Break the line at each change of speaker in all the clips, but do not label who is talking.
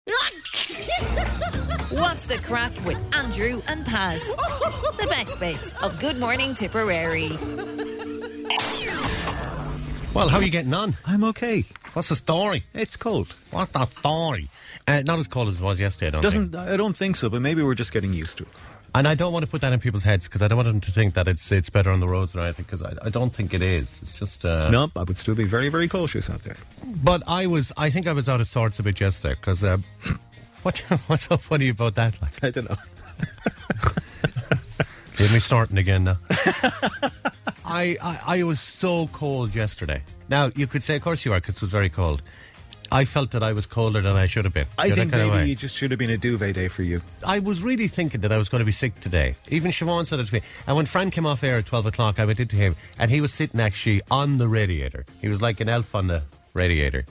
What's the crack with Andrew and Pat? The best bits of Good Morning Tipperary.
Well, how are you getting on?
I'm okay.
What's the story?
It's cold.
What's that story? Uh, not as cold as it was yesterday, I don't
Doesn't
think.
I don't think so, but maybe we're just getting used to it.
And I don't want to put that in people's heads because I don't want them to think that it's it's better on the roads or anything because I, I don't think it is. It's just. Uh,
Nope, I would still be very, very cautious out there.
But I was, I think I was out of sorts a bit yesterday because. Uh, what, what's so funny about that? Like,
I don't know.
Hear me starting again now. I, I I was so cold yesterday. Now you could say, of course you are, because it was very cold. I felt that I was colder than I should have been.
I
You know,
think
that kinda
maybe
way.
it just should have been a duvet day for you.
I was really thinking that I was going to be sick today. Even Siobhan said it to me. And when Fran came off air at 12 o'clock, I went into him and he was sitting actually on the radiator. He was like an elf on the radiator.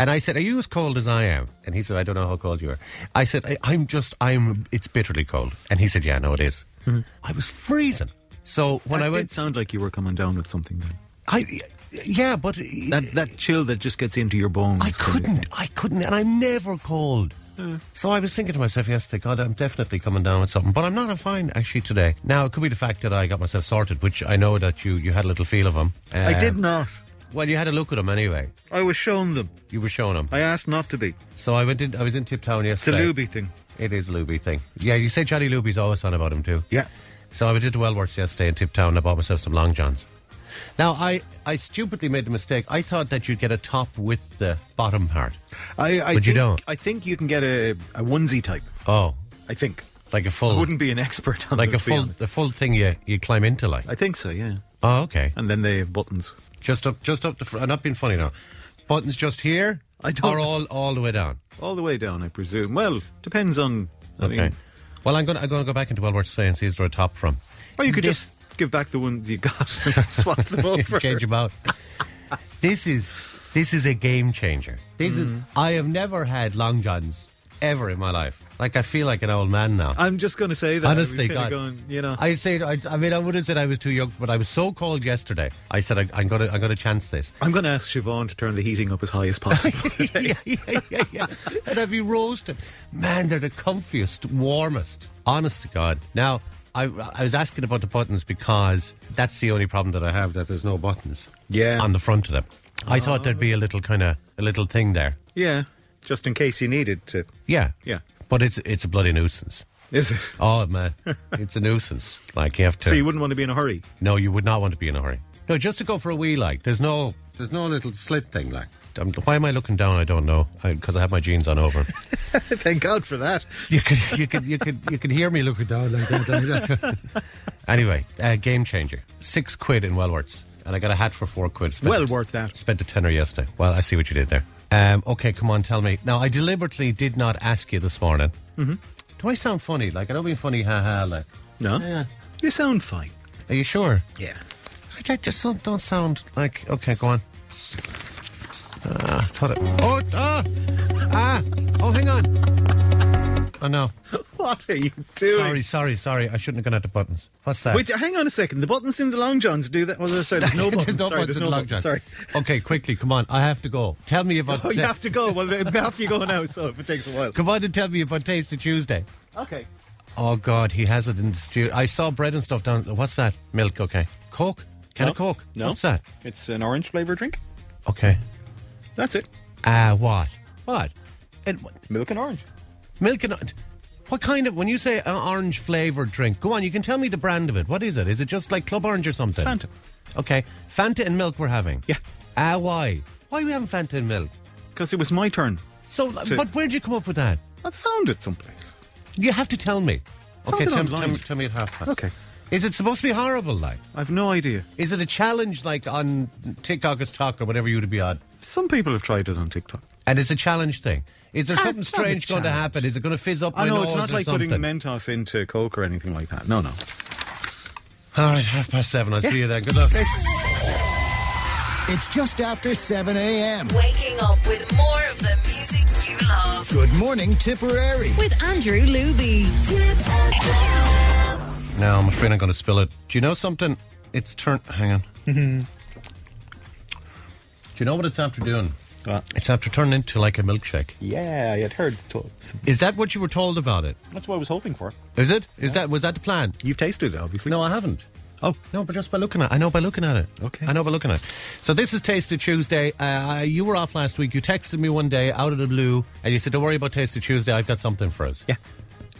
And I said, Are you as cold as I am? And he said, I don't know how cold you are. I said, I, I'm just, I'm, it's bitterly cold. And he said, Yeah, no, it is." I was freezing. So when
Mm-hmm. that
I
did
went,
sound like you were coming down with something. Then.
I, yeah, but uh,
That that chill that just gets into your bones.
Eh, I couldn't. I couldn't, and I'm never cold.
Hmm.
So I was thinking to myself yesterday, God, I'm definitely coming down with something, but I'm not. I'm fine actually today. Now it could be the fact that I got myself sorted, which I know that you you had a little feel of them.
I did not.
Well, you had a look at them anyway.
I was shown them.
You were showing them.
I asked not to be.
So I went in. I was in Tiptown
It's a
yesterday.
Luby thing.
It is a Luby thing. Yeah, you say Johnny Luby's always on about him too.
Yeah.
So I went into Wellworths yesterday in Tiptown and I bought myself some long johns. Now I I stupidly made the mistake. I thought that you'd get a top with the bottom part.
I, I
But you
think-
don't.
I think you can get a, a onesie type.
Oh,
I think.
like a full.
I wouldn't be an expert on
Oh. like
it,
a
to be
full
honest.
the full thing you you climb into like
I think so, yeah.
oh okay
And then they have buttons.
just up just up the fr- I'm not being funny now buttons just here
I don't-
or all all the way down
All the way down, I presume. Well, depends on. I
okay
mean,
well I'm gonna I'm gonna go back into Wellworth today and see is there a top from
or you could
This-
just give back the ones you got and swap them over.
change them out this is this is a game changer this
Mm.
is I have never had long johns ever in my life like I feel like an old man now
I'm just going to say that. I was
Honestly,
kinda
God,
going, you know,
I say I, I mean I would have said I was too young, but I was so cold yesterday. I said I, I'm gonna I'm gonna chance this.
I'm going to ask Siobhan to turn the heating up as high as possible.
yeah, yeah, yeah, yeah. And I'd be roasted. Man, they're the comfiest, warmest. Honest to God. Now, I, I was asking about the buttons because that's the only problem that I have that there's no buttons.
Yeah.
On the front of them. I thought there'd be a little kind of a little thing there.
yeah, just in case you needed to.
Yeah.
Yeah.
But it's it's a bloody nuisance.
Is it?
Oh man, it's a nuisance. Like you have to.
So you wouldn't want to be in a hurry.
no, you would not want to be in a hurry. No, just to go for a wee. Like there's no there's no little slit thing. Like I'm, why am I looking down? I don't know because I have my jeans on over.
Thank God for that.
You could, you could, you could, you could hear me looking down like that. Like that. anyway, uh, game changer. Six quid in Wellworths, and I got a hat for four quid. Spent
Well
a-
worth that.
Spent a tenner yesterday. Well, I see what you did there. Um, okay, come on, tell me. Now, I deliberately did not ask you this morning. Mm-hmm. Do I sound funny? Like I don't mean funny, ha ha. Like,
No?
Yeah.
You sound fine.
are you sure?
Yeah.
I ju- just don't, don't sound like. Okay, go on. Ah, I thought it. Oh, ah, ah. Oh, hang on. Oh no.
What are you doing?
Sorry, sorry, sorry. I shouldn't have gone at the buttons. What's that?
Wait, hang on a second. The buttons in the long johns do that. Well, sorry, there's no
There's
buttons.
no
sorry,
buttons
there's
in
no
Long
buttons.
John.
Sorry.
Okay, quickly, come on. I have to go. Tell me about.
Oh, you have to go. Well, then off you go now. So if it takes a while.
Come on and tell me about Taste of Tuesday.
Okay.
Oh God, he has it in the studio. I saw bread and stuff down. What's that? Milk? Okay. Coke? Can
No.
of Coke?
No.
What's that?
It's an orange flavour drink.
Okay.
That's it.
Ah, what? What? And what-
Milk and orange.
milk and. What kind of, when you say an orange flavoured drink, go on, you can tell me the brand of it. What is it? Is it just like Club Orange or something?
Fanta.
Okay. Fanta and milk we're having?
Yeah.
Ah, why? Why are we having Fanta and milk?
Because it was my turn.
So,
To-
but where'd you come up with that?
I found it someplace.
You have to tell me. Okay,
Found it
tell, tell,
online.
me- tell me at half past.
Okay.
Is it supposed to be horrible, like?
I've no idea.
Is it a challenge, like, on TikTok or Talk or whatever you would be on?
Some people have tried it on TikTok.
And it's a challenge thing. Is there
Ah,
something
it's not a
strange going to
challenge.
happen? Is it going to fizz up my
I know
nose
it's not
or
like
something?
putting Mentos into Coke or anything like that. No, no.
All right, half past seven. I'll see you then. Good luck.
It's just after 7 a.m.
Waking up with more of the music you love.
Good morning, Tipperary.
With Andrew Luby. Tip FM.
No, I'm afraid I'm going to spill it. Do you know something? It's turn. Hang on. Do you know what it's after doing?
Well,
It's after turning into like a milkshake.
yeah, I had heard. so-
Is that what you were told about it?
That's what I was hoping for.
Is it? Is that was that the plan?
You've tasted it, obviously.
No, I haven't.
Oh,
No, but just by looking at, I know by looking at it.
Okay.
I know by looking at. it. So this is Taste of Tuesday. Uh, you were off last week. You texted me one day out of the blue, and you said, "Don't worry about Taste of Tuesday. I've got something for us."
yeah.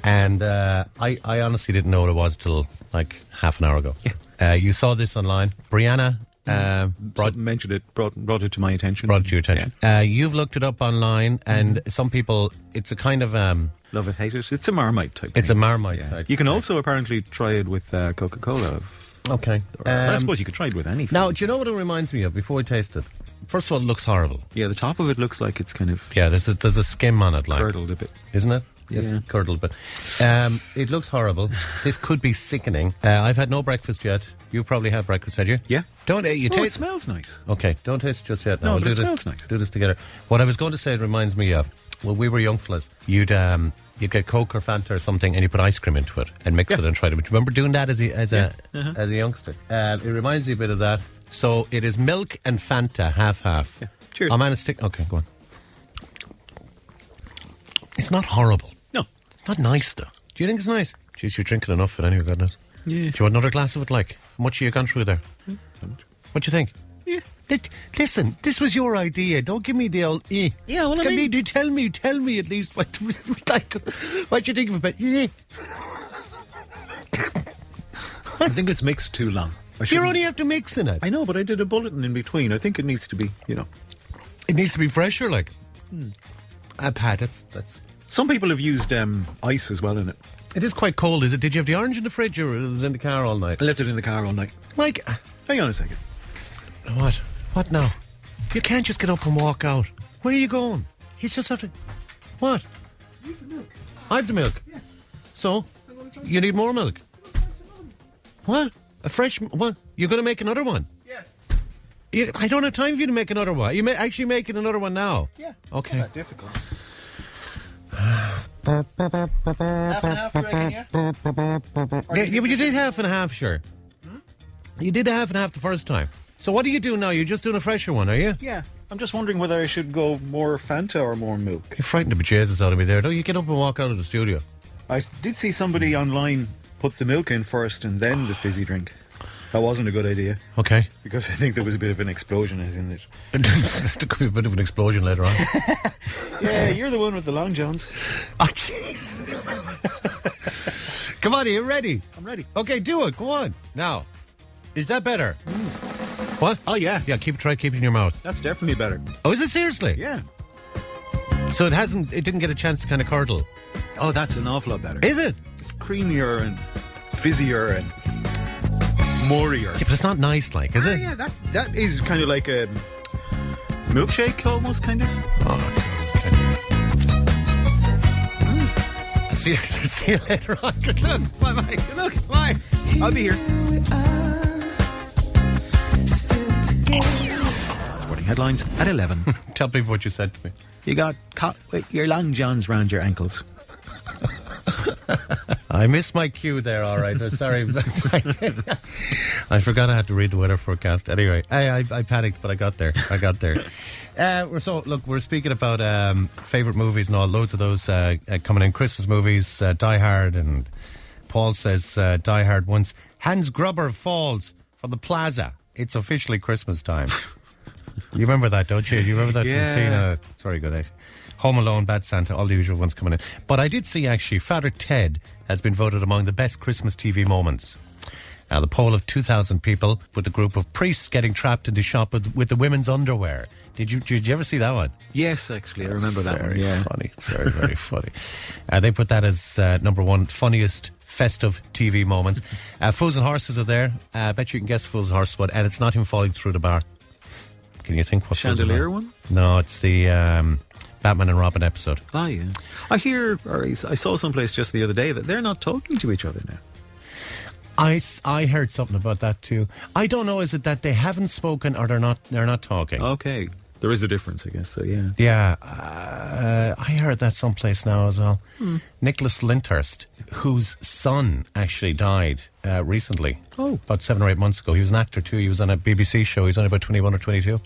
And uh, I, I honestly didn't know what it was till like half an hour ago. Yeah. Uh, you saw this online, Brianna. Uh, brought,
Brought, mentioned it, brought, brought it to my attention.
brought it to your attention. Uh, you've looked it up online, and
Mm-hmm.
some people, it's a kind of, um,
Yeah. Love it, hate it. It's a Marmite type.
it's a
thing.
marmite.
Yeah.
type
You can
thing.
also apparently try it with uh, Coca Cola.
okay.
I
Um,
suppose you could try it with anything.
now, do you know what it reminds me of? Before we taste it, first of all, it looks horrible.
yeah, the top of it looks like it's kind of
Yeah, there's a, there's a skim on it, like
curdled a bit.
isn't it?
Yeah.
It's curdled, but um, it looks horrible. This could be sickening. Uh, I've had no breakfast yet. You probably had breakfast, had you?
Yeah.
Don't uh, you
Oh, it
taste?
smells nice.
Okay, don't taste just yet.
No,
Now,
but
we'll
it
do this,
smells nice.
Do this together. What I was going to say it reminds me of when we were young fellas. You'd um, you'd get Coke or Fanta or something, and you put ice cream into it and mix it and try to. Do you remember doing that as a as a
uh-huh.
as a youngster? Uh, it reminds me a bit of that. So it is milk and Fanta, half half.
Cheers.
I'm on a stick. Okay, go on. It's not horrible.
No.
It's not nice though. Do you think it's nice? Jeez, you're drinking enough of it anyway, goodness.
Yeah.
Do you want another glass of it? Like, how much have you gone through there? What do you think?
Yeah.
Lit- Listen, this was your idea. Don't give me the old. Eh.
Yeah, well, I
Can
mean-
you do- tell me, tell me at least what, like, what you think of it? Eh.
I think it's mixed too long. I
You're
shouldn't-
only after mixing it.
I know, but I did a bulletin in between. I think it needs to be, you know.
It needs to be fresher, like. Uh, Pat, that's that's.
Some people have used um, ice as well in it.
It is quite cold, is it? Did you have the orange in the fridge, or it was in the car all night?
I left it in the car all night.
Like, uh,
Hang on a second.
what? What now? You can't just get up and walk out. Where are you going? You just have to. What? I have the milk. So, you need more milk. What? A fresh m- what? You're going to make another one?
Yeah.
You, I don't have time for you to make another one. Are you ma- actually making another one now?
Yeah.
Okay. not that
difficult. half and half, reckon, yeah?
Yeah, yeah, but you did half and half, sure.
Hmm?
You did half and half the first time. So what do you do now? You're just doing a fresher one, are you?
Yeah. I'm just wondering whether I should go more Fanta or more milk.
You're frightening the bejesus out of me there. Don't you get up and walk out of the studio?
I did see somebody online put the milk in first and then the fizzy drink. That wasn't a good idea
Okay.
because I think there was a bit of an explosion as in it.
there could be a bit of an explosion later on.
Yeah, you're the one with the long johns.
oh, jeez. Come on, are you ready?
I'm ready.
Okay, do it. Go on. Now. Is that better? What?
Oh yeah,
Yeah, keep try keep it in your mouth.
That's definitely better.
Oh, is it seriously?
Yeah.
So it hasn't it didn't get a chance to kind of curdle.
Oh, that's an awful lot better.
Is it?
creamier and fizzier and moreier.
Yeah, but it's not nice, like, is
Ah,
it?
yeah, that that is kind of like a milkshake, almost kind of.
See, see you later on. Good luck. Bye bye. Good luck. Bye.
I'll be here. Sporting headlines at eleven.
Tell people what you said to me.
you got caught with your long johns round your ankles.
I missed my cue there, all right. I'm Sorry. I forgot I had to read the weather forecast. Anyway, I, I, I panicked, but I got there. I got there. Uh, we're so look. We're speaking about um, favorite movies and all. Loads of those uh, uh, coming in. Christmas movies, uh, Die Hard, and Paul says uh, Die Hard once. Hans Gruber falls from the plaza. It's officially Christmas time. You remember that, don't you? You remember that
Yeah.
scene? Uh, sorry, good. Actually. Home Alone, Bad Santa, all the usual ones coming in. But I did see actually, Father Ted has been voted among the best Christmas TV moments. Now, the poll of 2,000 people with a group of priests getting trapped into shop with, with the women's underwear. Did you, did you ever see that one?
Yes, actually, I remember that
very
one. Yeah.
funny. It's very, very funny. Uh, they put that as uh, number one funniest festive TV moments. Uh, Fools and Horses are there. Uh, I bet you can guess Fools and Horses one, and it's not him falling through the bar. Can you think what Fools and
Chandelier
Hor-
one?
No, it's the um, Batman and Robin episode.
Ah, yeah. I hear, or I I saw someplace just the other day that they're not talking to each other now.
I, s- I heard something about that too. I don't know. Is it that they haven't spoken or they're not they're not talking?
Okay, there is a difference, I guess. So yeah.
Yeah, uh, I heard that someplace now as well. Nicholas Lyndhurst, whose son actually died uh, recently.
Oh.
About seven or eight months ago. He was an actor too. He was on a BBC show. He was only about 21 or 22.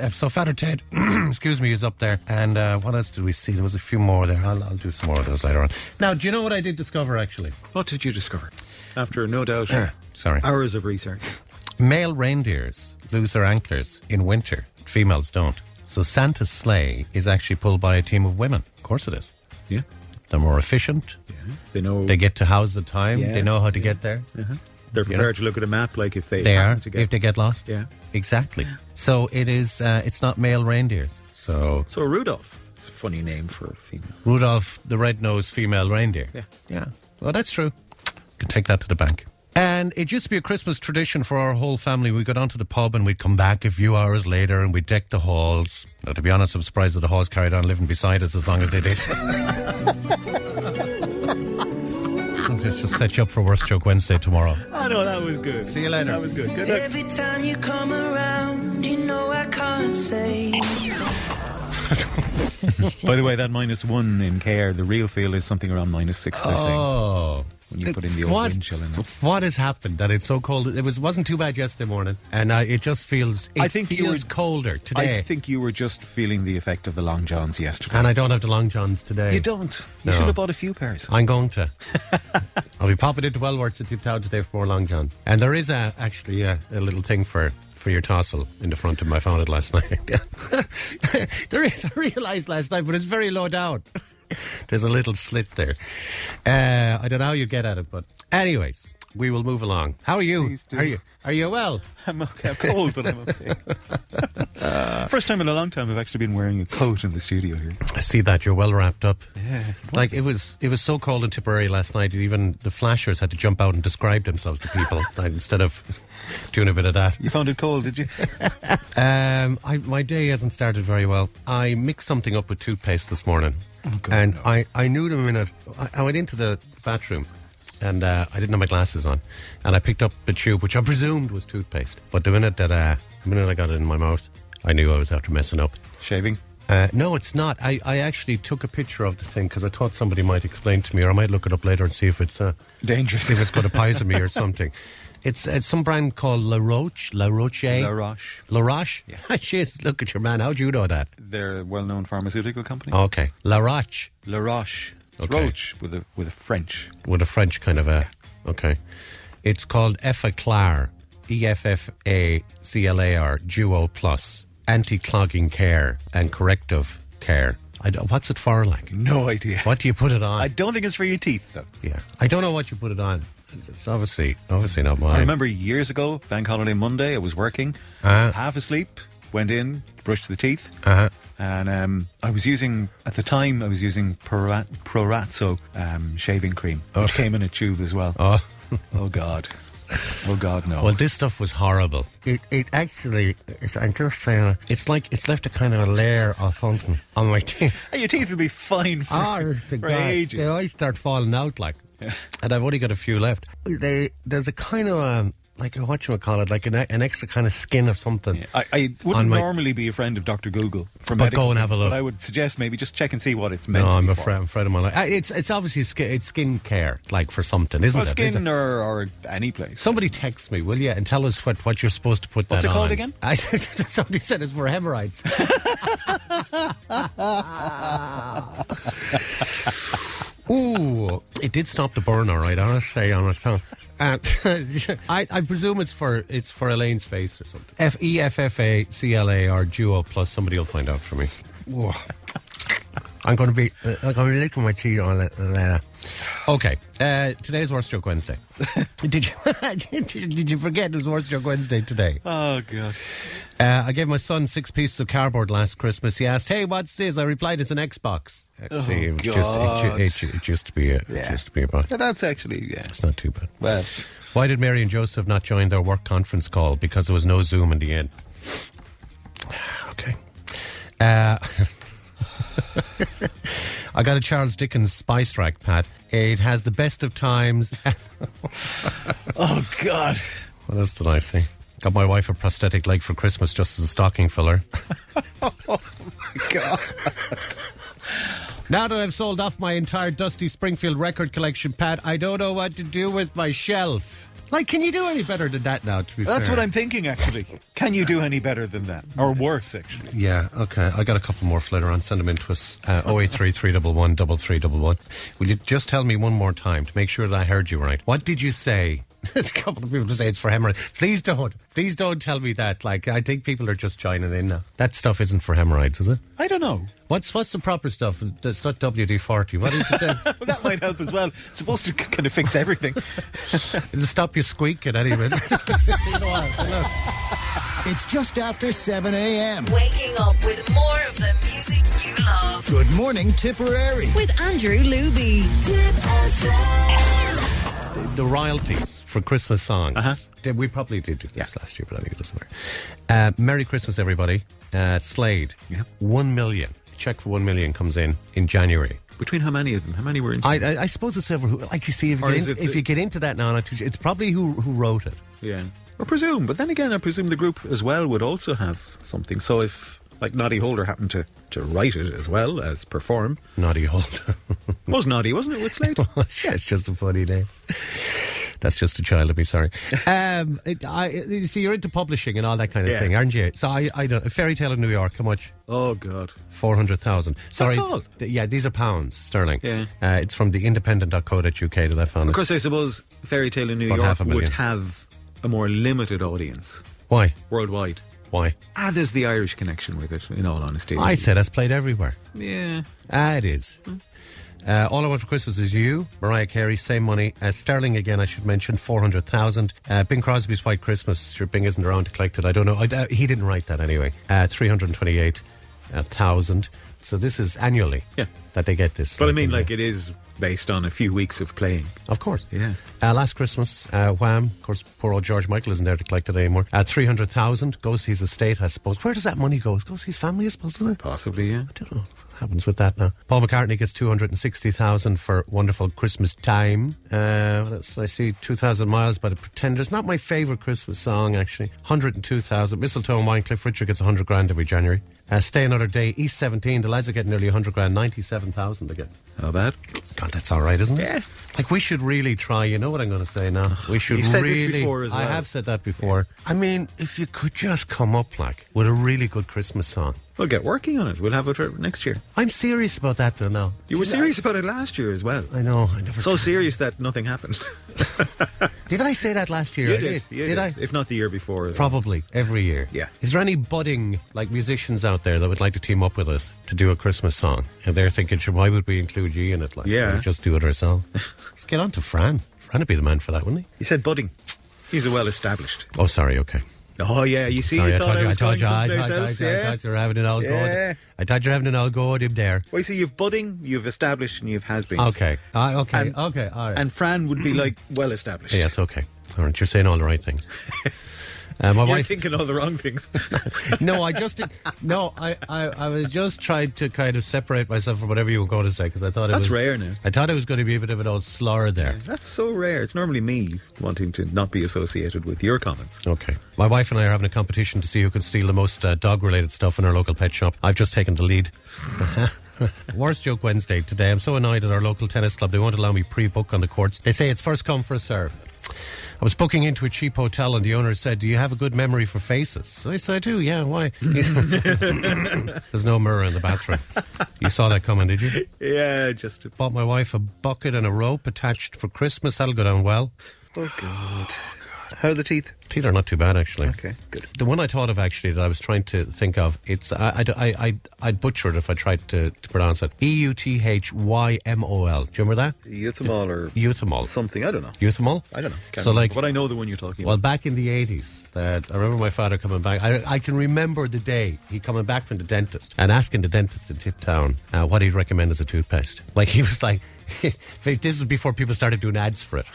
uh, so Fatter Ted, excuse me, is up there. And uh, what else did we see? There was a few more there. I'll, I'll do some more of those later on. Now, do you know what I did discover actually?
What did you discover? After, no doubt,
Sorry.
hours of research.
Male reindeers lose their antlers in winter. Females don't. So Santa's sleigh is actually pulled by a team of women. Of course it is.
Yeah.
They're more efficient.
yeah. They know
They get to house the time.
Yeah,
they know how to
yeah.
get there.
they're
you know.
prepared to look at a map like if they,
They
happen
are
to get
if they get lost.
Yeah.
exactly. So it is. Uh, it's not male reindeers. So
So Rudolph. It's a funny name for a female.
Rudolph the red-nosed female reindeer.
Yeah.
yeah. Well, that's true. Can take that to the bank. And it used to be a Christmas tradition for our whole family. We'd go down to the pub and we'd come back a few hours later and we'd deck the halls. Now, to be honest, I'm surprised that the halls carried on living beside us as long as they did. Let's just set you up for Worst Joke Wednesday tomorrow.
I know that was good. See
you later.
That was good. Good luck.
Every time you come around, you know I can't say.
By the way, that minus one in care, the real feel is something around minus six. They're saying
Oh.
when you put in the old
what,
wind chill in it.
what has happened that it's so cold? It was wasn't too bad yesterday morning, and uh, it just feels. It
I think you
feels
were-
colder today,
I think you were just feeling the effect of the long johns yesterday.
and I don't have the long johns today.
you don't. You
No.
should have bought a few pairs.
I'm going to. I'll be popping into Wellworths at Tip Town today for more long johns, and there is a, actually a, a little thing for. For your tassel in the front of my found it last night. there is, I realised last night, but it's very low down. There's a little slit there. Uh, I don't know how you get at it, but anyways, we will move along. How are you?
Please do.
Are you? Are you well?
I'm okay. I'm cold, but I'm okay. First time in a long time I've actually been wearing a coat in the studio here.
I see that you're well wrapped up. Yeah. Like it was, it was so cold in Tipperary last night. Even the flashers had to jump out and describe themselves to people like, instead of doing a bit of that.
You found it cold, did you?
Um, I, my day hasn't started very well. I mixed something up with toothpaste this morning, and I, I knew the minute I, I went into the bathroom, and uh, I didn't have my glasses on, and I picked up the tube, which I presumed was toothpaste. But the minute that uh, the minute I got it in my mouth, I knew I was after messing up.
Shaving.
Uh, no, it's not. I, I actually took a picture of the thing because I thought somebody might explain to me, or I might look it up later and see if it's uh,
Dangerous.
see if it's got a poison me or something. It's it's some brand called La Roche, La Roche,
La Roche.
La Roche. Yeah. Jeez, look at your man. How do you know that?
They're a well-known pharmaceutical company.
Okay, La Roche
La Roche. It's
Oh. Okay.
Roche with a with a French.
with a French kind of a. Okay, it's called Effaclar, E F F A C L A R Duo Plus anti-clogging care and corrective care. I don't, what's it for? Like,
No idea.
what do you put it on?
I don't think it's for your teeth though.
Yeah, I don't know what you put it on. It's obviously, obviously not mine.
I remember years ago, Bank Holiday Monday, I was working,
Uh-huh.
half asleep, went in, brushed the teeth,
Uh-huh.
and um, I was using, at the time, I was using Pora- Prorazzo um, shaving cream, which
Ugh.
came in a tube as well.
Oh.
Oh, God. Oh, God, no.
Well, this stuff was horrible. It, it actually, it, I'm just saying, it's like it's left a kind of a layer of something on my teeth.
Hey, your teeth will be fine for,
Or Ah, the
for
guy,
ages.
they always start falling out, like, and I've only got a few left. They, there's a kind of um, like a what you call it, like an, an extra kind of skin of something.
I, I
On
wouldn't
my-
normally be a friend of Dr. Google. For
But
medical
go and have a
things,
look.
But I would suggest maybe just check and see what it's meant
No,
to
I'm
be
afraid, I'm afraid of my life. Uh, It's it's obviously skin, it's skin care, like for something, isn't
For. Well,
it? Is
skin
it?
or, or any place.
Somebody text me, will you, and tell us what, what you're supposed to put
What's
that
it called
on.
again?
I, somebody said it's for hemorrhoids. Ooh, it did stop the burn, all right. I'll say on my tongue. Uh, I, I presume it's for it's for Elaine's face or something. F E F F A C L A R duo plus somebody will find out for me. Whoa. I'm going to be uh, I'm going to lick my teeth on it uh, later. Okay, uh, today's worst joke Wednesday. did you did you- did you forget it was worst joke Wednesday today?
Oh, God.
Uh, I gave my son six pieces of cardboard last Christmas. He asked, "Hey, what's this?" I replied, "It's an Xbox." Uh, See, it, just, it, ju- it, ju- it used to be a, it
Yeah.
used to be a box.
Now, That's actually, yeah.
It's not too bad.
Well,
Why did Mary and Joseph not join their work conference call? Because there was no Zoom in the end. Okay. Uh, I got a Charles Dickens spice rack, Pat. It has the best of times.
oh, God.
what else did I see? Got my wife a prosthetic leg for Christmas just as a stocking filler.
Oh, God.
Now that I've sold off my entire Dusty Springfield record collection, Pat, I don't know what to do with my shelf. Like, can you do any better than that now, to be
That's
fair?
what I'm thinking, actually. Can you do any better than that? Or worse, actually.
Yeah, okay. I got a couple more flitter on. Send them in to us. Uh, 083-311-3311. Will you just tell me one more time to make sure that I heard you right? What did you say? There's a couple of people to say it's for hemorrhoids. Please don't. Please don't tell me that. Like, I think people are just joining in now. That stuff isn't for hemorrhoids, is it?
I don't know.
What's what's the proper stuff? That's not WD-40. What is it then?
But that might help as well. It's supposed to k- kind of fix everything.
It'll stop you squeaking anyway.
It's just after 7 a.m.
Waking up with more of the music you love.
Good morning, Tipperary.
With Andrew Luby.
Tip FM.
the royalties for Christmas songs.
Uh-huh.
Did- We probably did do this last year, but I think it doesn't matter. Uh, Merry Christmas, everybody. Uh, Slade,
Yeah.
one million. Check for one million comes in in January.
Between how many of them? How many were in?
I, I, I suppose it's ever who, like you see if you,
Or
get,
is
in-
it
if
the-
you get into that now, and I teach you- it's probably who who wrote it.
yeah. Or presume. But then again, I presume the group as well would also have something. So if, like, Noddy Holder happened to, to write it as well as perform.
Noddy Holder.
was Noddy, wasn't it, with Slade?
it's it's just a funny name. That's just a child of me. Sorry. Um, it, I, you see, you're into publishing and all that kind of
Yeah.
thing, aren't you? So I, I don't. Fairy Tale of New York. How much?
oh, God.
Four hundred thousand. Sorry,
all?
th- yeah, these are pounds sterling.
Yeah.
uh, it's from the independent.co.uk that I found. it.
Of course, I suppose Fairy Tale in New
about
York
half a million.
would have a more limited audience
Why?
worldwide.
Why?
Ah, there's the Irish connection with it, in all honesty.
I said that's played everywhere.
Yeah.
Ah, it is. Uh, all I want for Christmas is you, Mariah Carey. Same money, uh, sterling again. I should mention four hundred thousand. Uh, Bing Crosby's White Christmas. Sure, Bing isn't around to collect it. I don't know. I, uh, he didn't write that anyway. Uh, Three hundred twenty-eight thousand. So this is annually.
Yeah.
That they get this.
But I mean, like, it is based on a few weeks of playing.
Of course.
Yeah.
Uh, last Christmas, uh, Wham, of course, poor old George Michael isn't there to collect it anymore. Uh, 300,000 goes to his estate, I suppose. Where does that money go? It goes to his family, I suppose, does it?
Possibly, yeah.
I don't know what happens with that now. Paul McCartney gets 260,000 for Wonderful Christmas Time. Uh, what else did I see? 2,000 Miles by the Pretenders. Not my favourite Christmas song, actually. 102,000. Mistletoe and Winecliff. Richard gets 100 grand every January. Uh, Stay Another Day, East 17. The lads are getting nearly 100 grand, 97,000 again.
How bad?
God, that's all right, isn't it?
Yeah.
Like we should really try. You know what I'm going to say now? We should
You've said this
really.
before as
I
well.
have said that before. I mean, if you could just come up like with a really good Christmas song.
We'll get working on it. We'll have it for next year.
I'm serious about that though. Now
You were serious about it last year as well.
I know. I never.
So serious that nothing happened.
did I say that last year? I
You
did I?
If not the year before. as well.
Probably every year.
Yeah.
Is there any budding like musicians out there that would like to team up with us to do a Christmas song? And they're thinking, sure, why would we include you in it? Like,
Yeah.
we just do it ourselves. Let's get on to Fran. Fran would be the man for that, wouldn't he?
You said budding. He's a well established.
Oh, sorry. Okay.
Oh, yeah. You see,
Sorry,
you
I
thought
told
I
you, I
was
told
going
you, I told
someplace
you, I
else.
told you, I
Yeah.
told you, you're having an old
Yeah.
go. I told you you're having an old go at him there.
Well, you see, you've budding, you've established, and you've has been.
Okay, uh, okay,
And-
okay, all right.
And Fran would be like well established.
yes, okay. All right, you're saying all the right things. Uh, my
You're
wife.
thinking all the wrong things.
no, I just did, no. I, I, I was just trying to kind of separate myself from whatever you were going to say because I thought it
That's
was
rare now.
I thought it was going to be a bit of an old slur there.
That's so rare. It's normally me wanting to not be associated with your comments.
Okay. My wife and I are having a competition to see who can steal the most uh, dog related stuff in our local pet shop. I've just taken the lead. Worst joke Wednesday today. I'm so annoyed at our local tennis club. They won't allow me pre book on the courts. They say it's first come, first serve. I was booking into a cheap hotel and the owner said, Do you have a good memory for faces? I said, I do, yeah, why? He said- There's no mirror in the bathroom. You saw that coming, did you?
Yeah, just.
Bought my wife a bucket and a rope attached for Christmas. That'll go down well.
Oh, God. How are the teeth?
Teeth are not too bad, actually.
Okay, good.
The one I thought of actually that I was trying to think of, it's I, I, I, I, I'd butcher it if I tried to, to pronounce it. E U T H Y M O L. Do you remember that?
Euthymol or
Euthymol.
something. I don't know.
Euthymol?
I don't know.
so, like,
but I know the one you're talking
well,
about.
back in the 80s, that I remember my father coming back. I, I can remember the day he coming back from the dentist and asking the dentist in Tip Town uh, what he'd recommend as a toothpaste. Like, he was like, this is before people started doing ads for it.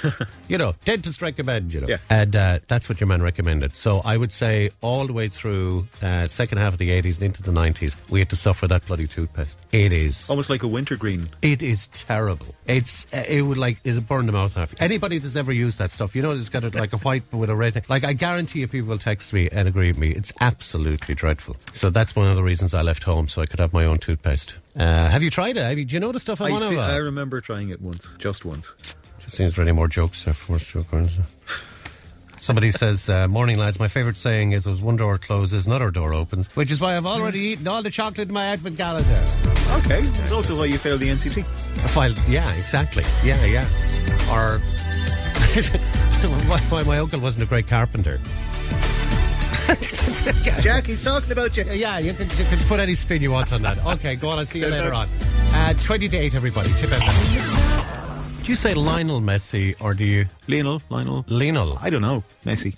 you know, dentist recommend, you know.
Yeah.
And uh, that's what your man recommended. So I would say all the way through uh, second half of the 80s and into the 90s, we had to suffer that bloody toothpaste. It is.
Almost like a wintergreen.
It is terrible. It's uh, it would like it'll burn the mouth off. you. Anybody that's ever used that stuff, you know, it's got it like a white with a red. thing. Like I guarantee you, people will text me and agree with me. It's absolutely dreadful. So that's one of the reasons I left home so I could have my own toothpaste. Uh, have you tried it? Have you, do you know the stuff I'm on
I, thi-
about?
I remember trying it once, just once.
Just seems there are any more jokes there for us, joke, aren't there? Somebody says, uh, "Morning lads, my favourite saying is as one door closes, another door opens," which is why I've already eaten all the chocolate in my outfit gala there.
Okay, that's also why you failed the NCT.
Well, yeah, exactly. Yeah, yeah. Or why, why my uncle wasn't a great carpenter.
Jack, he's talking about you.
Yeah, you can, you can put any spin you want on that. Okay, go on. I'll see you later on. Uh, Twenty to eight, everybody. Tip FM. Do you say Lionel Messi or do you
Lionel, Lionel.
Lionel?
I don't know. Messi.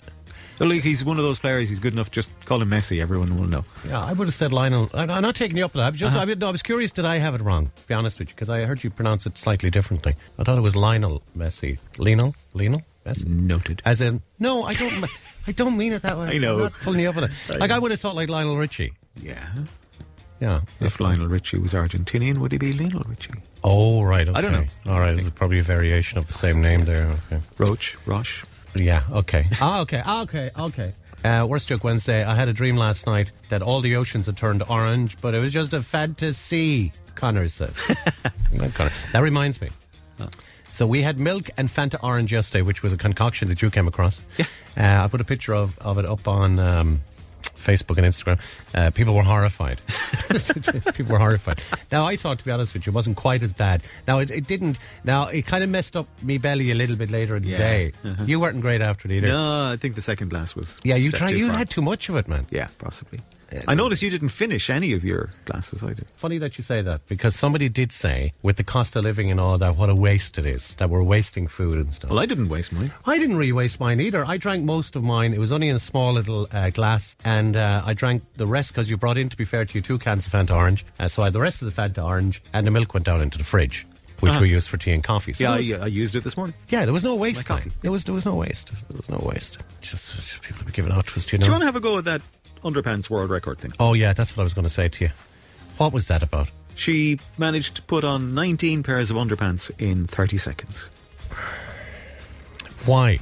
Well, Look, he's one of those players. He's good enough. Just call him Messi. Everyone will know.
Yeah, I would have said Lionel. I- I'm not taking you up on that. I'm just, I, mean, no, I was curious, did I have it wrong? To be honest with you, because I heard you pronounce it slightly differently. I thought it was Lionel Messi. Lionel? Lionel? Messi?
Noted. Uh,
As in, no, I don't. I don't mean it that way.
I know.
I'm not pulling you up on it. Like I would have thought, like Lionel Richie.
Yeah.
Yeah.
If Lionel Richie was Argentinian, would he be Lionel Richie?
Oh right. Okay.
I don't know.
All right. It's probably a variation of the same name there. Okay.
Roach, Roche.
Yeah. Okay. ah, okay. ah, Okay. Okay. Uh, Worst joke Wednesday. I had a dream last night that all the oceans had turned orange, but it was just a fantasy. Connor says. Right, Connor. That reminds me. So we had milk and Fanta orange yesterday, which was a concoction that you came across.
Yeah.
Uh, I put a picture of, of it up on um, Facebook and Instagram. Uh, people were horrified. people were horrified. Now I thought, to be honest with you, it wasn't quite as bad. Now it, it didn't. Now it kind of messed up me belly a little bit later in the
Yeah.
day. You weren't great after it either.
Uh-huh. No, I think the second glass was.
Yeah, you
step
tried.
too
You
far.
had too much of it, man.
Yeah, possibly. I noticed you didn't finish any of your glasses. I did.
Funny that you say that because somebody did say, with the cost of living and all that, what a waste it is that we're wasting food and stuff.
Well, I didn't waste mine.
I didn't really waste mine either. I drank most of mine. It was only in a small little uh, glass, and uh, I drank the rest because you brought in, to be fair to you, two cans of Fanta Orange. Uh, so I had the rest of the Fanta Orange, and the milk went down into the fridge, which we use for tea and coffee. So
Uh-huh.
there
Yeah, I,
was-
I used it this morning.
yeah, there was no waste.
My
Like
coffee.
there was there was no waste. There was no waste. Just, just people are giving out to us, do you know?
Do you want to have a go at that underpants world record thing?
oh yeah, that's what I was going to say to you. What was that about?
She managed to put on 19 pairs of underpants in 30 seconds.
Why?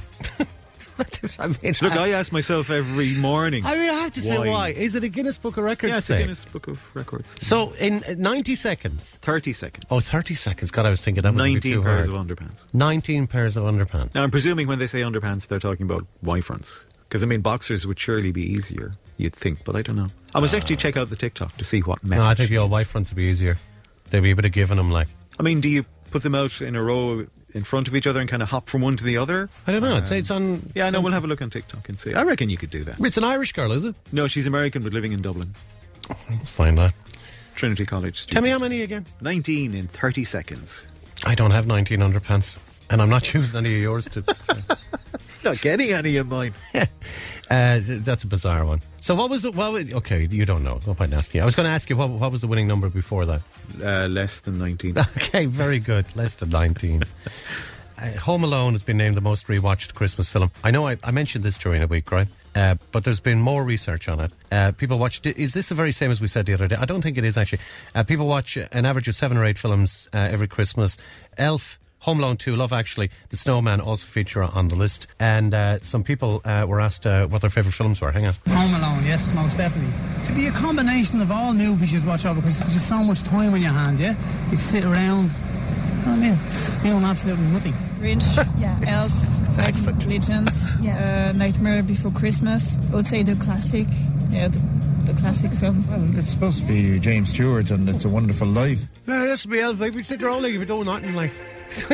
I mean,
Look, I ask myself every morning.
I mean, I have to say, why is it a Guinness Book of Records
Yeah, it's a
thing?
Guinness Book of Records.
So in uh, ninety seconds.
30 seconds.
Oh, 30 seconds. God, I was thinking that would be
19
too
pairs
hard.
of underpants.
19 pairs of underpants.
Now, I'm presuming when they say underpants, they're talking about Y fronts. Because, I mean, boxers would surely be easier, you'd think, but I don't know. I must actually check out the TikTok to see what method.
Uh, No, I think
she
the old
used.
white fronts would be easier. They'd be able to give them like
I mean, do you put them out in a row in front of each other and kind of hop from one to the other?
I don't know. it's, it's on.
Yeah, I know.
some-
We'll have a look on TikTok and see. I reckon you could do that.
It's an Irish girl, is it?
No, she's American but living in Dublin,
Let's find out.
Trinity College. Student.
Tell me how many again.
19 in 30 seconds.
I don't have 19 underpants, and I'm not using any of yours to.
Not getting any of mine.
uh, th- that's a bizarre one. So what was the? What was, okay, you don't know. No point asking. I was going to ask you what, what was the winning number before that.
Uh, less than 19.
Okay, very good. Less than 19. Uh, Home Alone has been named the most rewatched Christmas film. I know I, I mentioned this during the week, right? Uh, but there's been more research on it. Uh, people watch. Is this the very same as we said the other day? I don't think it is actually. Uh, people watch an average of seven or eight films uh, every Christmas. Elf, Home Alone 2, Love Actually, The Snowman also feature on the list. And uh, some people uh, were asked uh, what their favourite films were. Hang on.
Home Alone, yes, most definitely. To be a combination of all movies you'd watch over because there's so much time on your hand, yeah? You'd sit around, you know what I mean, doing absolutely nothing.
Rich, yeah. Elf, Five Legends,
Yeah.
uh, Nightmare Before Christmas. I would say the classic, yeah, the, the classic film.
Well, it's supposed to be James Stewart and It's a Wonderful Life.
Yeah, that's me, Elf. We sit around like we do nothing. Like,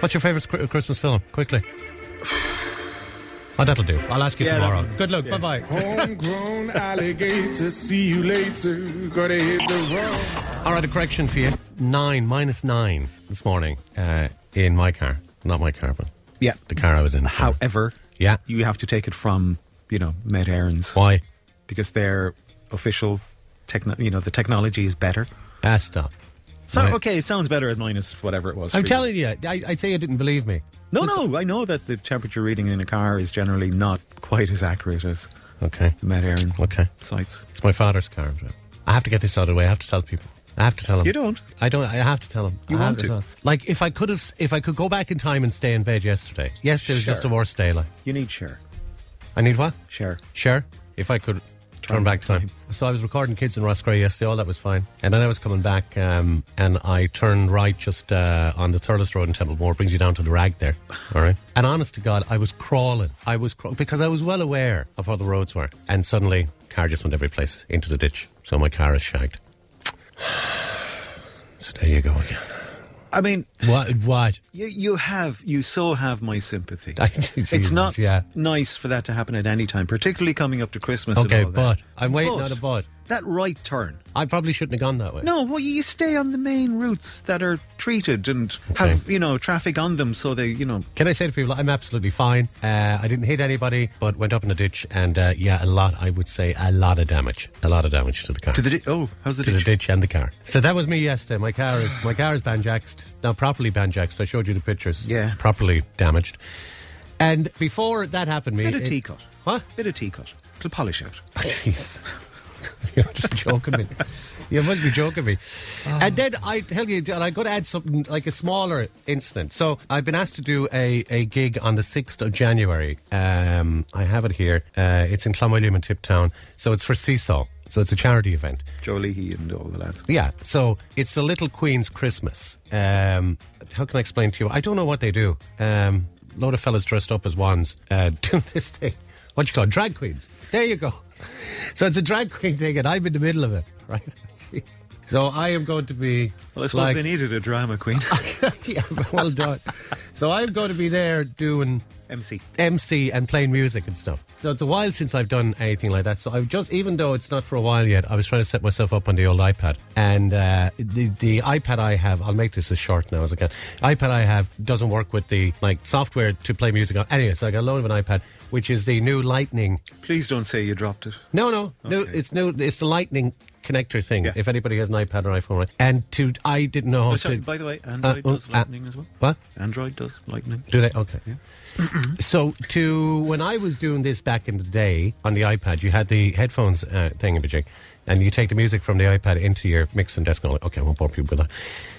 what's your favourite Chri- Christmas film? Quickly. Oh, that'll do. I'll ask you
Yeah,
tomorrow.
that'll-
Good luck. Bye bye.
Homegrown alligator, see you later. Gotta hit the road.
All right, a correction for you. Nine minus nine this morning uh, in my car. Not my car, but
yeah.
the car I was in.
However,
Yeah.
you have to take it from, you know, Met Errands.
Why?
Because their official, techno- you know, the technology is better.
Ah, stop.
So,
Right.
okay, it sounds better at minus whatever it was.
I'm
for you.
telling you, I, I'd say you didn't believe me.
No, no, I know that the temperature reading in a car is generally not quite as accurate as
Okay.
the Met Aaron
Okay.
sites.
It's my father's car. Andrew. I have to get this out of the way. I have to tell people. I have to tell them.
You don't?
I don't. I have to tell them.
You
I have
want to.
tell 'em. Like if I could have, s- if I could go back in time and stay in bed yesterday. Yesterday was just a
Sure.
worse day. Like
You need share.
I need what?
Share.
Sure. If I could Turn back time. So I was recording Kids in Roscrea yesterday. All that was fine, and then I was coming back, um, and I turned right just uh, on the Thurles Road in Templemore. Brings you down to the rag there. All right. And honest to God, I was crawling. I was craw- because I was well aware of how the roads were, and suddenly car just went every place into the ditch. So my car is shagged. So there you go again.
I mean,
What? What?
you you have you so have my sympathy.
I- Jesus,
it's not
yeah.
nice for that to happen at any time, particularly coming up to Christmas. and
Okay,
all that.
but I'm waiting on a but.
That right turn.
I probably shouldn't have gone that way.
No, well, you stay on the main routes that are treated and have you know traffic on them, so they you know
Can I say to people, I'm absolutely fine. Uh, I didn't hit anybody, but went up in a ditch, and uh, yeah, a lot. I would say a lot of damage, a lot of damage to the car,
to the di- oh how's the
To the
ditch?
ditch and the car. So that was me yesterday. My car is my car is banjaxed now, properly banjaxed. I showed you the pictures.
Yeah.
properly damaged. And before that happened, to me,
bit of
it-
teacut,
What?
Bit of teacut. It'll polish out.
Jeez. You're just joking me. You must be joking me. And then I tell you, and I got to add something like a smaller incident. So I've been asked to do a, a gig on the 6th of January. Um, I have it here. Uh, it's in Clonwilliam and Tiptown. So it's for Seesaw. So it's a charity event.
Joe Leahy and all the lads.
Yeah, so it's the Little Queen's Christmas. Um, how can I explain to you? I don't know what they do. Um, load of fellas dressed up as wands uh, do this thing. What you call it? drag queens? There you go. So it's a drag queen thing, and I'm in the middle of it, right? Jeez. so I am going to be
Well, I suppose
like,
they needed a drama queen.
yeah, well done. so I'm going to be there doing
MC.
MC and playing music and stuff. So it's a while since I've done anything like that. So I've just, even though it's not for a while yet, I was trying to set myself up on the old iPad. And uh, the the iPad I have, I'll make this as short now as I can. iPad I have doesn't work with the like software to play music on. Anyway, so I got a loan of an iPad, which is the new Lightning
Please don't say you dropped it.
no, no, no.
Okay.
It's no. It's the lightning connector thing.
Yeah.
If anybody has an iPad or iPhone, right? and to I didn't know. how
Oh, sorry,
to,
by the way, Android
oh,
does lightning as well.
What
Android does lightning.
do they? Okay. Uh-huh. so to when I was doing this back in the day on the iPad, you had the headphones uh, thing in the jig, and you take the music from the iPad into your mixing desk. And all that. Okay, I won't bore people with that.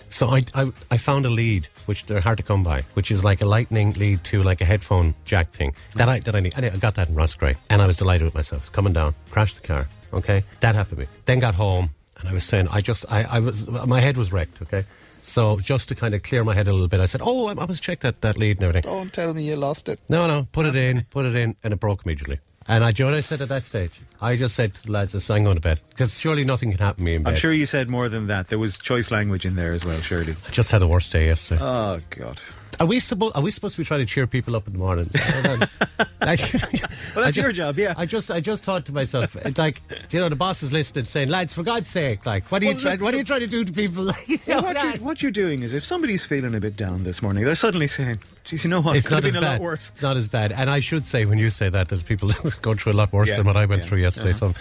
So I, I I found a lead which they're hard to come by, which is like a lightning lead to like a headphone jack thing that I that I need. Anyway, I got that in Ross Grey, and I was delighted with myself. It's coming down, crashed the car. Okay, that happened to me. Then got home, and I was saying, I just, I, I was, my head was wrecked. Okay, so just to kind of clear my head a little bit, I said, oh, I, I must check that that lead and everything.
Don't tell me you lost it.
No, no, put it in, put it in, and it broke immediately. And I, do you know what I said at that stage? I just said to the lads, "Listen, I'm going to bed because surely nothing can happen to me in bed.
I'm sure you said more than that. There was choice language in there as well, surely.
I just had the worst day yesterday.
Oh, God.
are we supposed? Are we supposed to be trying to cheer people up in the morning? well,
Well, that's your job, yeah.
I just, I just thought to myself, it's like, you know, the boss is listening, saying, "Lads, for God's sake, like, what are you
Well,
trying?
look-
What are you trying to do to people?" You know,
what,
that-
you're, what you're doing is if somebody's feeling a bit down this morning, they're suddenly saying, geez, you know what?
it's
it
not
could have
as
been a
bad.
lot worse.
It's not as bad. And I should say, when you say that, there's people going through a lot worse
Yeah,
than what I went
yeah,
through yesterday. So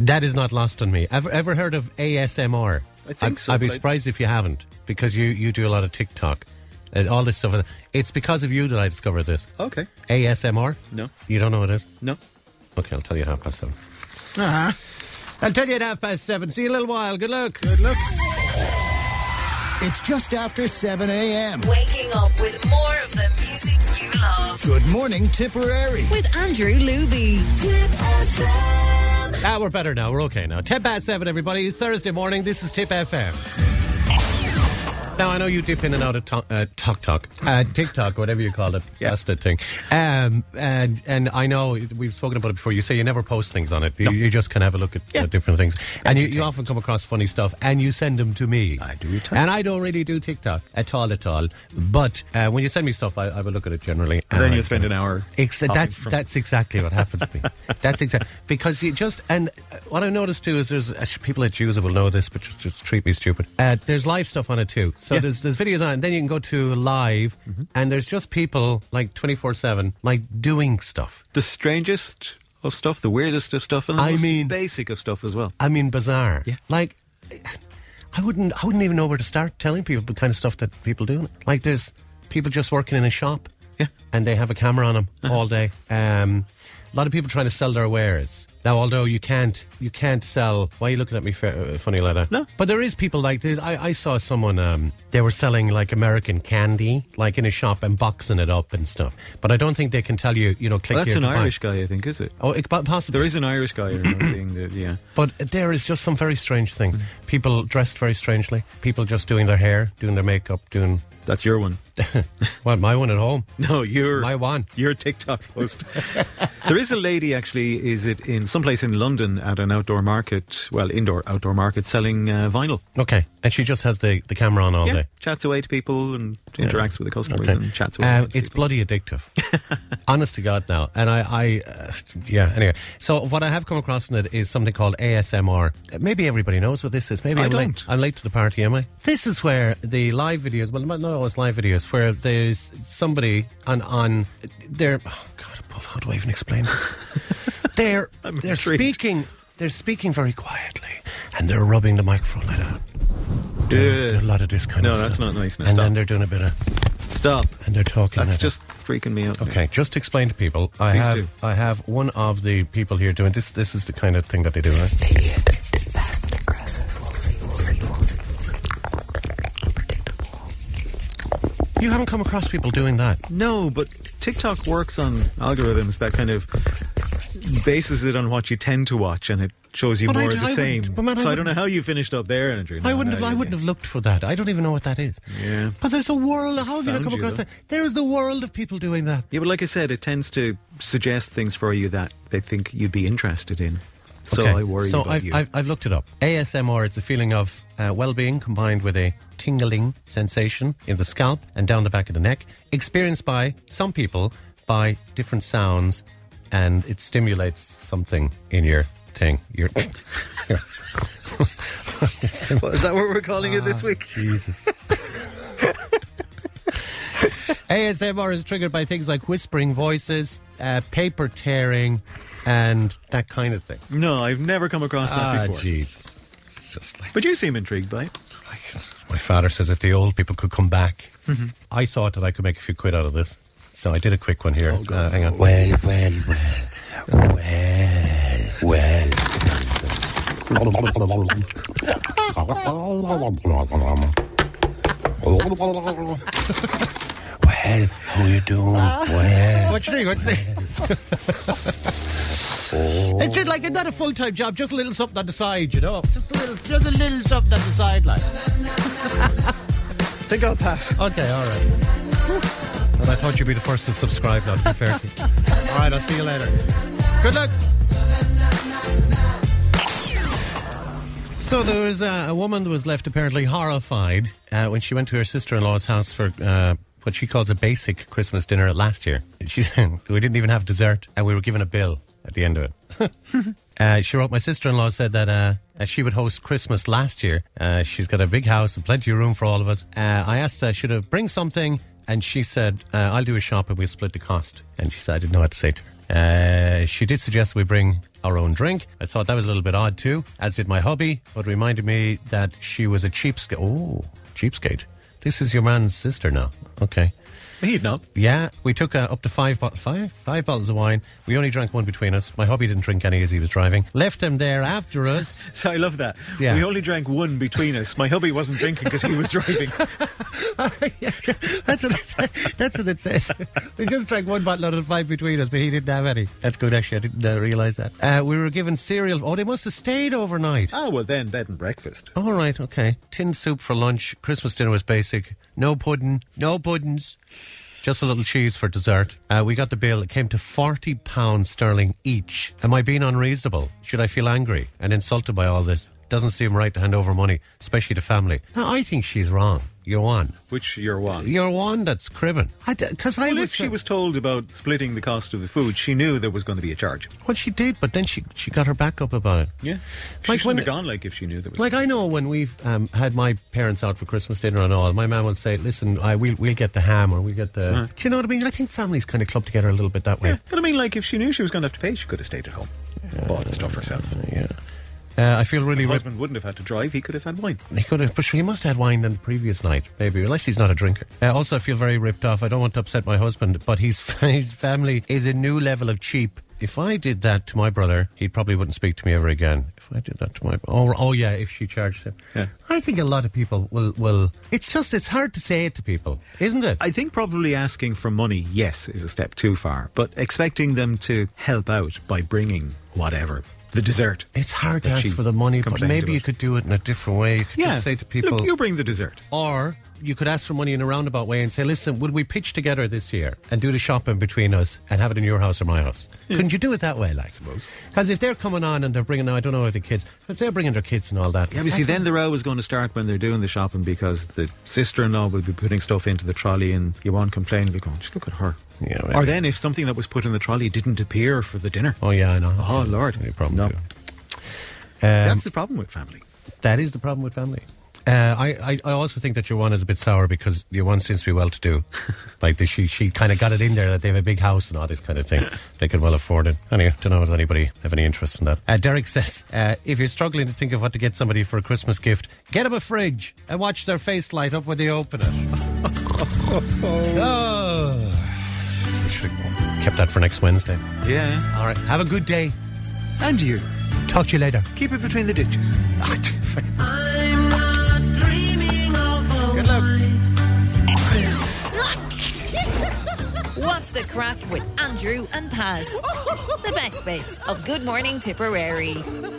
that is not lost on me. Ever ever heard of ASMR?
I think so,
I'd be
but I-
surprised if you haven't, because you you do a lot of TikTok and all this stuff. It's because of you that I discovered this.
Okay.
ASMR?
No.
You don't know what it is?
No.
Okay, I'll tell you at half past 7 Ah. I'll tell you at half past seven. See you in a little while. Good luck.
Good luck.
It's just after 7 a.m.
Waking up with more of the music you love.
Good morning, Tipperary.
With Andrew Luby.
Tip FM.
Ah, we're better now. We're okay now. 10 past 7, everybody. Thursday morning. This is Tip FM. Now, I know you dip in and out of to- uh, Tok Tok, uh, TikTok, whatever you call it.
Yeah.
That's the thing. Um, and, and I know we've spoken about it before. You say you never post things on it. You, you just kind of have a look at uh, different things. And you, you often come across funny stuff and you send them to me.
I do it.
And I don't really do TikTok at all, at all. But uh, when you send me stuff, I, I will look at it generally.
And then
I
you spend an hour.
Oh Ex-
hopping
that's
from-
that's exactly what happens to me. That's exactly because you just and uh, what I noticed too is there's uh, people at User will know this, but just, just treat me stupid. Uh, there's live stuff on it too, so
Yeah. Mm-hmm.
there's there's videos on, it, and then you can go to live, and there's just people like twenty four seven like doing stuff.
the strangest of stuff, the weirdest of stuff, and the
I
most
mean-
basic of stuff as well.
I mean, bizarre.
Yeah.
Like, I wouldn't, I wouldn't even know where to start telling people the kind of stuff that people do. Like, there's people just working in a shop,
Yeah. Uh-huh.
and they have a camera on them all day. Um, a lot of people trying to sell their wares. Now, although you can't, you can't sell. Why are you looking at me fa- uh, funny like that?
No.
but there is people like this. I, I saw someone. Um, they were selling like American candy, like in a shop and boxing it up and stuff. But I don't think they can tell you. You know, click
Well, that's
here
an
to buy.
Irish guy, I think, is it?
Oh, it, but possibly
There is an Irish guy. I remember seeing that. Yeah.
But there is just some very strange things. People dressed very strangely. People just doing their hair, doing their makeup, doing.
That's your one.
Well, my one at home.
No, your
My one.
Your TikTok post. there is a lady actually. Is it in someplace in London at an outdoor market? Well, indoor outdoor market selling uh, vinyl.
Okay, and she just has the, the camera on all
yeah,
day.
chats away to people and interacts with the customers
Okay.
and chats away.
Um,
to
it's
people.
bloody addictive. Honest to God now. And I, I uh, yeah, anyway. So, what I have come across in it is something called ASMR. Uh, Maybe everybody knows what this is. Maybe
I
am late.
don't.
I'm late to the party, am I? This is where the live videos, well, not always live videos, where there's somebody on, on they're, oh God above, how do I even explain this? they're they're
intrigued.
speaking. They're speaking very quietly, and they're rubbing the microphone like that.
Yeah.
Doing A lot of this kind
No,
of
that's
stuff.
not nice. No,
And
stop.
then they're doing a bit of
Stop.
and they're talking.
That's
at
just freaking me out.
it. okay. Just to explain to people, I
Please
have
do.
I have one of the people here doing this. This is the kind of thing that they do. Right?
fast and aggressive. We'll see, we'll see, we'll see.
You haven't come across people doing that.
No, but TikTok works on algorithms that kind of bases it on what you tend to watch, and it shows you
But I
more
d-
of the
I
same.
wouldn't- but man, I
so I, don't
wouldn't-
know how you finished up there, Andrew.
I
No,
wouldn't
no,
have. I
you-
wouldn't have looked for that. I don't even know what that is.
Yeah.
But there's a world. How have you not come
Found you,
across
though.
that? There is the world of people doing that.
Yeah, but like I said, it tends to suggest things for you that they think you'd be interested in. So
Okay,
I worry
so
about
I've,
you.
I've, I've looked it up. ASMR, it's a feeling of uh, well being combined with a tingling sensation in the scalp and down the back of the neck, experienced by some people by different sounds, and it stimulates something in your thing. Your, your
Is that what we're calling it
Ah.
this week?
Jesus. ASMR is triggered by things like whispering voices, uh, paper tearing, and that kind of thing.
No, I've never come across that
Ah,
before.
Jesus. Just like.
But you seem intrigued by it.
My father says that the old people could come back. I thought that I could make a few quid out of this, so I did a quick one here. uh, hang on.
Well, well, well, well, well. Well, how you doing?
Ah.
Well,
What you think? What you think? It's just like not a full time job, just a little something on the side, you know. Just a little, just a little something on the sideline.
I think I'll pass.
Okay, all right. Well, I thought you'd be the first to subscribe. Now, to be fair. to you. all right, I'll see you later. Good luck. So there was uh, a woman that was left apparently horrified uh, when she went to her sister-in-law's house for uh, what she calls a basic Christmas dinner last year. She said we didn't even have dessert, and we were given a bill at the end of it. Uh, she wrote, My sister in law said that uh, as she would host Christmas last year. Uh, she's got a big house and plenty of room for all of us. Uh, I asked her, Should I bring something? And she said, uh, I'll do a shop and we'll split the cost. And she said, I didn't know what to say to her. Uh, she did suggest we bring our own drink. I thought that was a little bit odd too, as did my hubby, but reminded me that she was a cheapskate. Oh, cheapskate. This is your man's sister now. Okay.
He'd not.
Yeah, we took uh, up to five, bot- five, five bottles of wine. We only drank one between us. My hubby didn't drink any as he was driving. Left them there after us.
So I love that.
Yeah.
We only drank one between us. My hubby wasn't drinking because he was driving.
that's what it says. That's what it says. We just drank one bottle out of the five between us, but he didn't have any. That's good, actually. I didn't uh, realize that. Uh, we were given cereal. Oh, they must have stayed overnight.
ah, well then, bed and breakfast.
All right, okay. Tin soup for lunch. Christmas dinner was basic. No pudding, no puddings. Just a little cheese for dessert. Uh, we got the bill. It came to forty pounds sterling each. Am I being unreasonable? Should I feel angry and insulted by all this? Doesn't seem right to hand over money, especially to family. Now I think she's wrong. You're one.
Which you're one.
You're one that's cribbing. Because I, uh,
Well,
would
if she
say-
was told about splitting the cost of the food, she knew there was going to be a charge.
well, she did, but then she she got her back up about it.
Yeah. She
Like when-
shouldn't have gone like if she knew there was
Like I know when we've um, had my parents out for Christmas dinner and all, my mum will say, "Listen, I we'll we'll get the ham or we'll get the." Do you know what I mean? I think families kind of club together a little bit that way.
Yeah, but I mean, like, if she knew she was going to have to pay, she could have stayed at home, bought the stuff herself.
Uh, I feel really.
Her
ri-
husband wouldn't have had to drive; he could have had wine.
He could have, but he must have had wine on the previous night, maybe, unless he's not a drinker. Uh, also, I feel very ripped off. I don't want to upset my husband, but his his family is a new level of cheap. if I did that to my brother, he probably wouldn't speak to me ever again. If I did that to my oh oh yeah, if she charged him,
Yeah.
I think a lot of people will will. It's just it's hard to say it to people, isn't it?
I think probably asking for money, yes, is a step too far, but expecting them to help out by bringing whatever, the dessert.
It's hard to
that
ask
she
for the money, but
complained
maybe
about.
you could do it in a different way. You could
yeah,
just say to people,
Look, you bring the dessert.
or you could ask for money in a roundabout way and say, "Listen, would we pitch together this year and do the shopping between us and have it in your house or my house? Couldn't you do it that way, like?" suppose. Because if they're coming on and they're bringing, I don't know, the kids, if they're bringing their kids and all that,
Yeah, but see, then the row is going to start when they're doing the shopping because the sister-in-law will be putting stuff into the trolley, and you won't complain. Be going, just look at her.
Yeah,
Or
maybe.
then if something that was put in the trolley didn't appear for the dinner.
Oh yeah, I know.
Oh, Lord.
Any problem?
No.
too. Um,
That's the problem with family.
that is the problem with family. Uh, I, I, I also think that your one is a bit sour because your one seems to be well to do. like the, she she kind of got it in there that they have a big house and all this kind of thing. They can well afford it. Anyway, don't know if anybody have any interest in that. Uh, Derek says uh, if you're struggling to think of what to get somebody for a Christmas gift, get them a fridge and watch their face light up when they open it. oh. I should have kept that for next Wednesday.
Yeah.
All right, have a good day.
And you.
Talk to you later.
Keep it between the ditches.
Good luck.
What's the crack with Andrew and Pat? The best bits of Good Morning Tipperary.